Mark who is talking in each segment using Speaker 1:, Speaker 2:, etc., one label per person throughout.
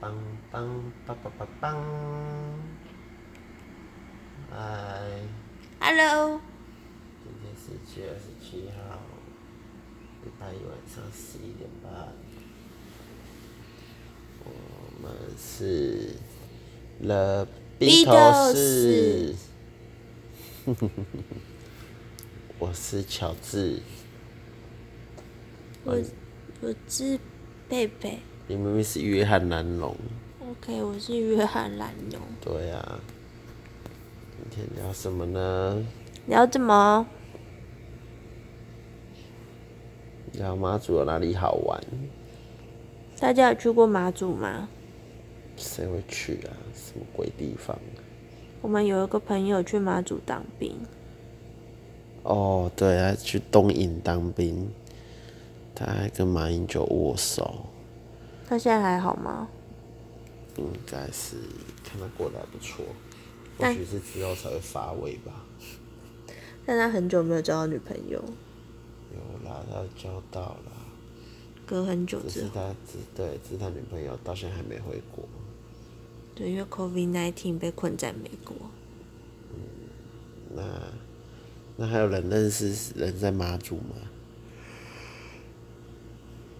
Speaker 1: 梆梆梆梆梆梆。哎，
Speaker 2: Hello，
Speaker 1: 今天是七月二十七号，礼拜一晚上十一点半。我们是 The
Speaker 2: Beatles
Speaker 1: Beatles。我是乔治，
Speaker 2: 我我是贝贝。
Speaker 1: 你明明是约翰南龙。
Speaker 2: OK，我是约翰兰农。
Speaker 1: 对呀、今天聊什么呢？
Speaker 2: 聊怎么？
Speaker 1: 聊马祖有哪里好玩？
Speaker 2: 大家有去过马祖吗？
Speaker 1: 谁会去啊？什么鬼地方啊、
Speaker 2: 我们有一个朋友去马祖当兵，
Speaker 1: 哦，对，他去东营当兵，他还跟马英九握手，
Speaker 2: 他现在还好吗？
Speaker 1: 应该是看他过得还不错，或
Speaker 2: 但
Speaker 1: 许是之后才会发威吧。
Speaker 2: 但他很久没有交到女朋友，
Speaker 1: 有啦，他交到啦，
Speaker 2: 隔很久
Speaker 1: 只
Speaker 2: 之
Speaker 1: 是
Speaker 2: 后，
Speaker 1: 他只对，只是他女朋友到现在还没回国。
Speaker 2: 对，因为 COVID-19 被困在美国。
Speaker 1: 那那还有人认识人在马祖吗？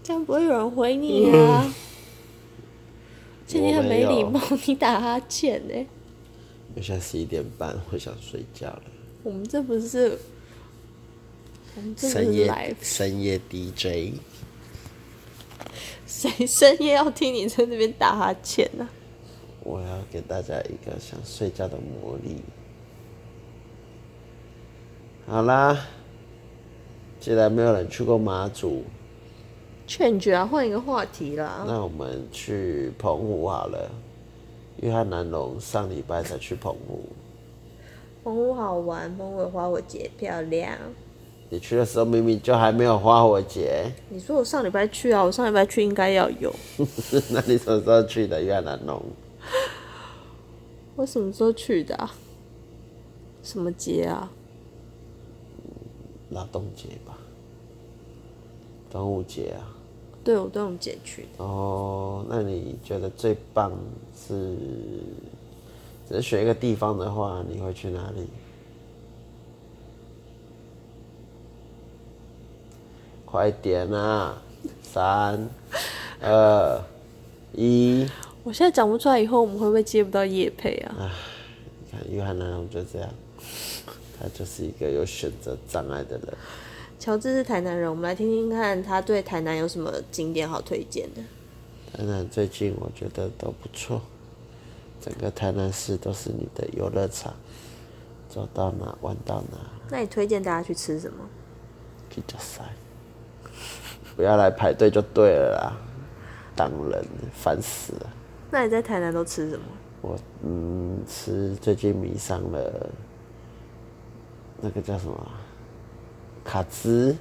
Speaker 2: 这样不会有人回你啊！ 今天很没礼
Speaker 1: 我
Speaker 2: 貌
Speaker 1: 没，
Speaker 2: 你打哈欠欸呢、
Speaker 1: 我现在十一点半，我想睡觉了。
Speaker 2: 我们这不是，我们这不
Speaker 1: 深
Speaker 2: 是
Speaker 1: 夜
Speaker 2: live，
Speaker 1: 深夜 DJ，
Speaker 2: 谁深夜要听你在那边打哈欠呢、
Speaker 1: 我要给大家一个想睡觉的魔力。好啦，既然没有人去过马祖，
Speaker 2: 劝绝啊，换一个话题啦。
Speaker 1: 那我们去澎湖好了。约翰南龙上礼拜才去澎湖，
Speaker 2: 澎湖好玩，澎湖的花火节漂亮。
Speaker 1: 你去的时候明明就还没有花火节，
Speaker 2: 你说我上礼拜去啊，我上礼拜去应该要有。
Speaker 1: 那你什么时候去的约翰南龙？
Speaker 2: 我什么时候去的、啊？什么节啊？
Speaker 1: 劳动节吧，端午节啊。
Speaker 2: 对，我端午节去的。
Speaker 1: 哦，那你觉得最棒是？只是选一个地方的话，你会去哪里？快点啊！ 三、 二、一！
Speaker 2: 我现在讲不出来，以后我们会不会接不到叶配啊？
Speaker 1: 你看，约翰南龙就这样，他就是一个有选择障碍的人。
Speaker 2: 乔治是台南人，我们来听听看他对台南有什么景点好推荐的。
Speaker 1: 台南最近我觉得都不错，整个台南市都是你的游乐场，走到哪玩到哪。
Speaker 2: 那你推荐大家去吃什么？
Speaker 1: 去加塞，不要来排队就对了啦。当人烦死了，
Speaker 2: 那你在台南都吃什么？
Speaker 1: 我嗯吃最近迷上了那个叫什么啊卡兹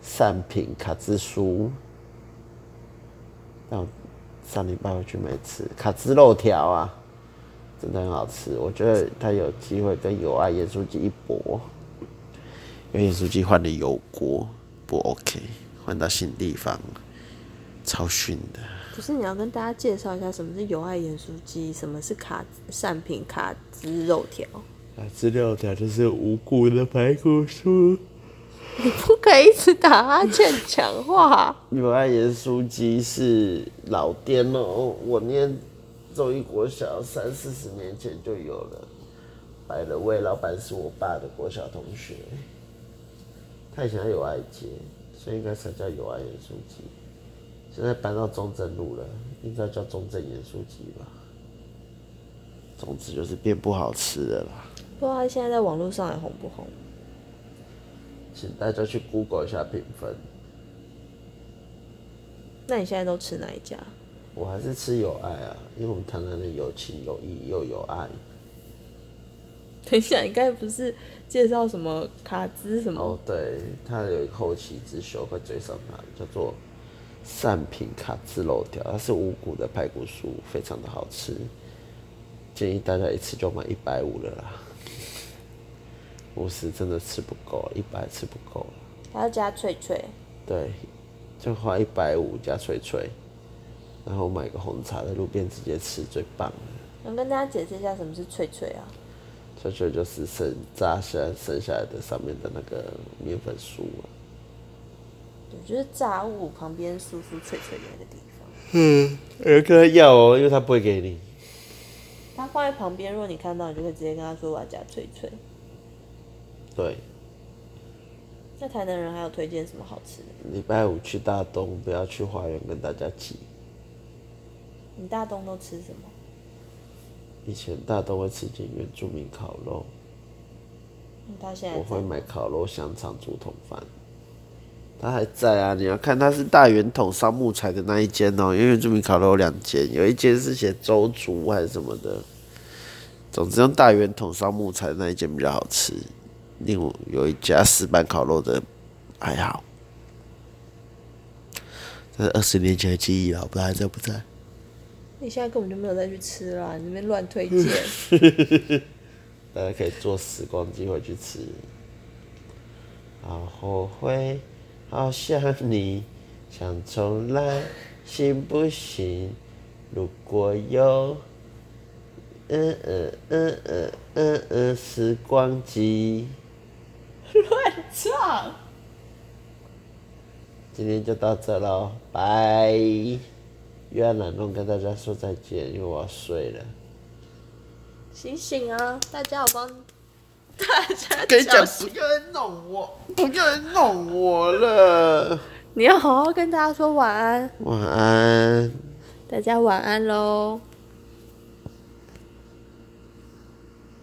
Speaker 1: 善品卡兹酥，但我上礼拜我去没吃卡兹肉条啊，真的很好吃，我觉得它有机会跟友爱盐酥鸡一搏。因为盐酥鸡换的油锅不 OK，换到新地方，超逊的。
Speaker 2: 不是你要跟大家介绍一下什么是友爱盐酥鸡，什么是卡善品卡汁肉条？
Speaker 1: 啊，资料条就是无骨的排骨酥。
Speaker 2: 你不可以一直打哈欠讲话。
Speaker 1: 友爱盐酥鸡是老店哦、我念中一国小三四十年前就有了。摆了位老板是我爸的国小同学，他以前在友爱街，所以应该才叫友爱盐酥鸡。现在搬到中正路了，应该叫中正盐酥鸡吧。总之就是变不好吃的啦。
Speaker 2: 不知道他现在在网络上还红不红？
Speaker 1: 请大家去 Google 一下评分。
Speaker 2: 那你现在都吃哪一家？
Speaker 1: 我还是吃有爱啊，因为我们台南人有情有义又有爱。
Speaker 2: 等一下，你刚才不是介绍什么卡汁什么？
Speaker 1: 哦，对，它有一个后起之秀会追上它，叫做善品卡兹肉条，它是五谷的排骨酥，非常的好吃。建议大家一次就买一百五了啦，五十真的吃不够，一百吃不够了。
Speaker 2: 还要加脆脆。
Speaker 1: 对，就花一百五加脆脆，然后买个红茶在路边直接吃，最棒了。
Speaker 2: 能跟大家解释一下什么是脆脆啊？
Speaker 1: 脆脆就是剩炸下剩下来的上面的那个面粉酥啊。
Speaker 2: 对，就是炸物旁边酥酥脆脆的那个地方。
Speaker 1: 有跟他要哦，因为他不会给你。
Speaker 2: 它放在旁边，如果你看到，你就可以直接跟他说我要加脆脆。
Speaker 1: 对，
Speaker 2: 那台南人还有推荐什么好吃的？
Speaker 1: 礼拜五去大东，不要去花园跟大家挤。
Speaker 2: 你大东都吃什么？
Speaker 1: 以前大东会吃进原住民烤肉，
Speaker 2: 嗯他现在
Speaker 1: 我
Speaker 2: 在
Speaker 1: 会买烤肉、香肠、竹筒饭。他还在啊，你要看他是大圆筒烧木材的那一间哦、因为原住民烤肉有两间，有一间是写周竹还是什么的。总之用大圆筒烧木材的那一间比较好吃，另外有一家石板烤肉的还好。这是二十年前的记忆了，我不知道还在不在。
Speaker 2: 你现在根本就没有再去吃啦，你那边乱 推荐。
Speaker 1: 大家可以坐时光机回去吃。好后悔，好想你，想重来，行不行？如果有，嗯嗯嗯嗯嗯嗯，时光机，
Speaker 2: 乱唱。
Speaker 1: 今天就到这喽，拜。约翰懒弄跟大家说再见，因为我要睡了。
Speaker 2: 醒醒啊！大家我帮大家
Speaker 1: 跟你讲
Speaker 2: 叫，醒
Speaker 1: 不要再弄我，不要再弄我了。
Speaker 2: 你要好好跟大家说晚安，
Speaker 1: 晚安。
Speaker 2: 大家晚安喽。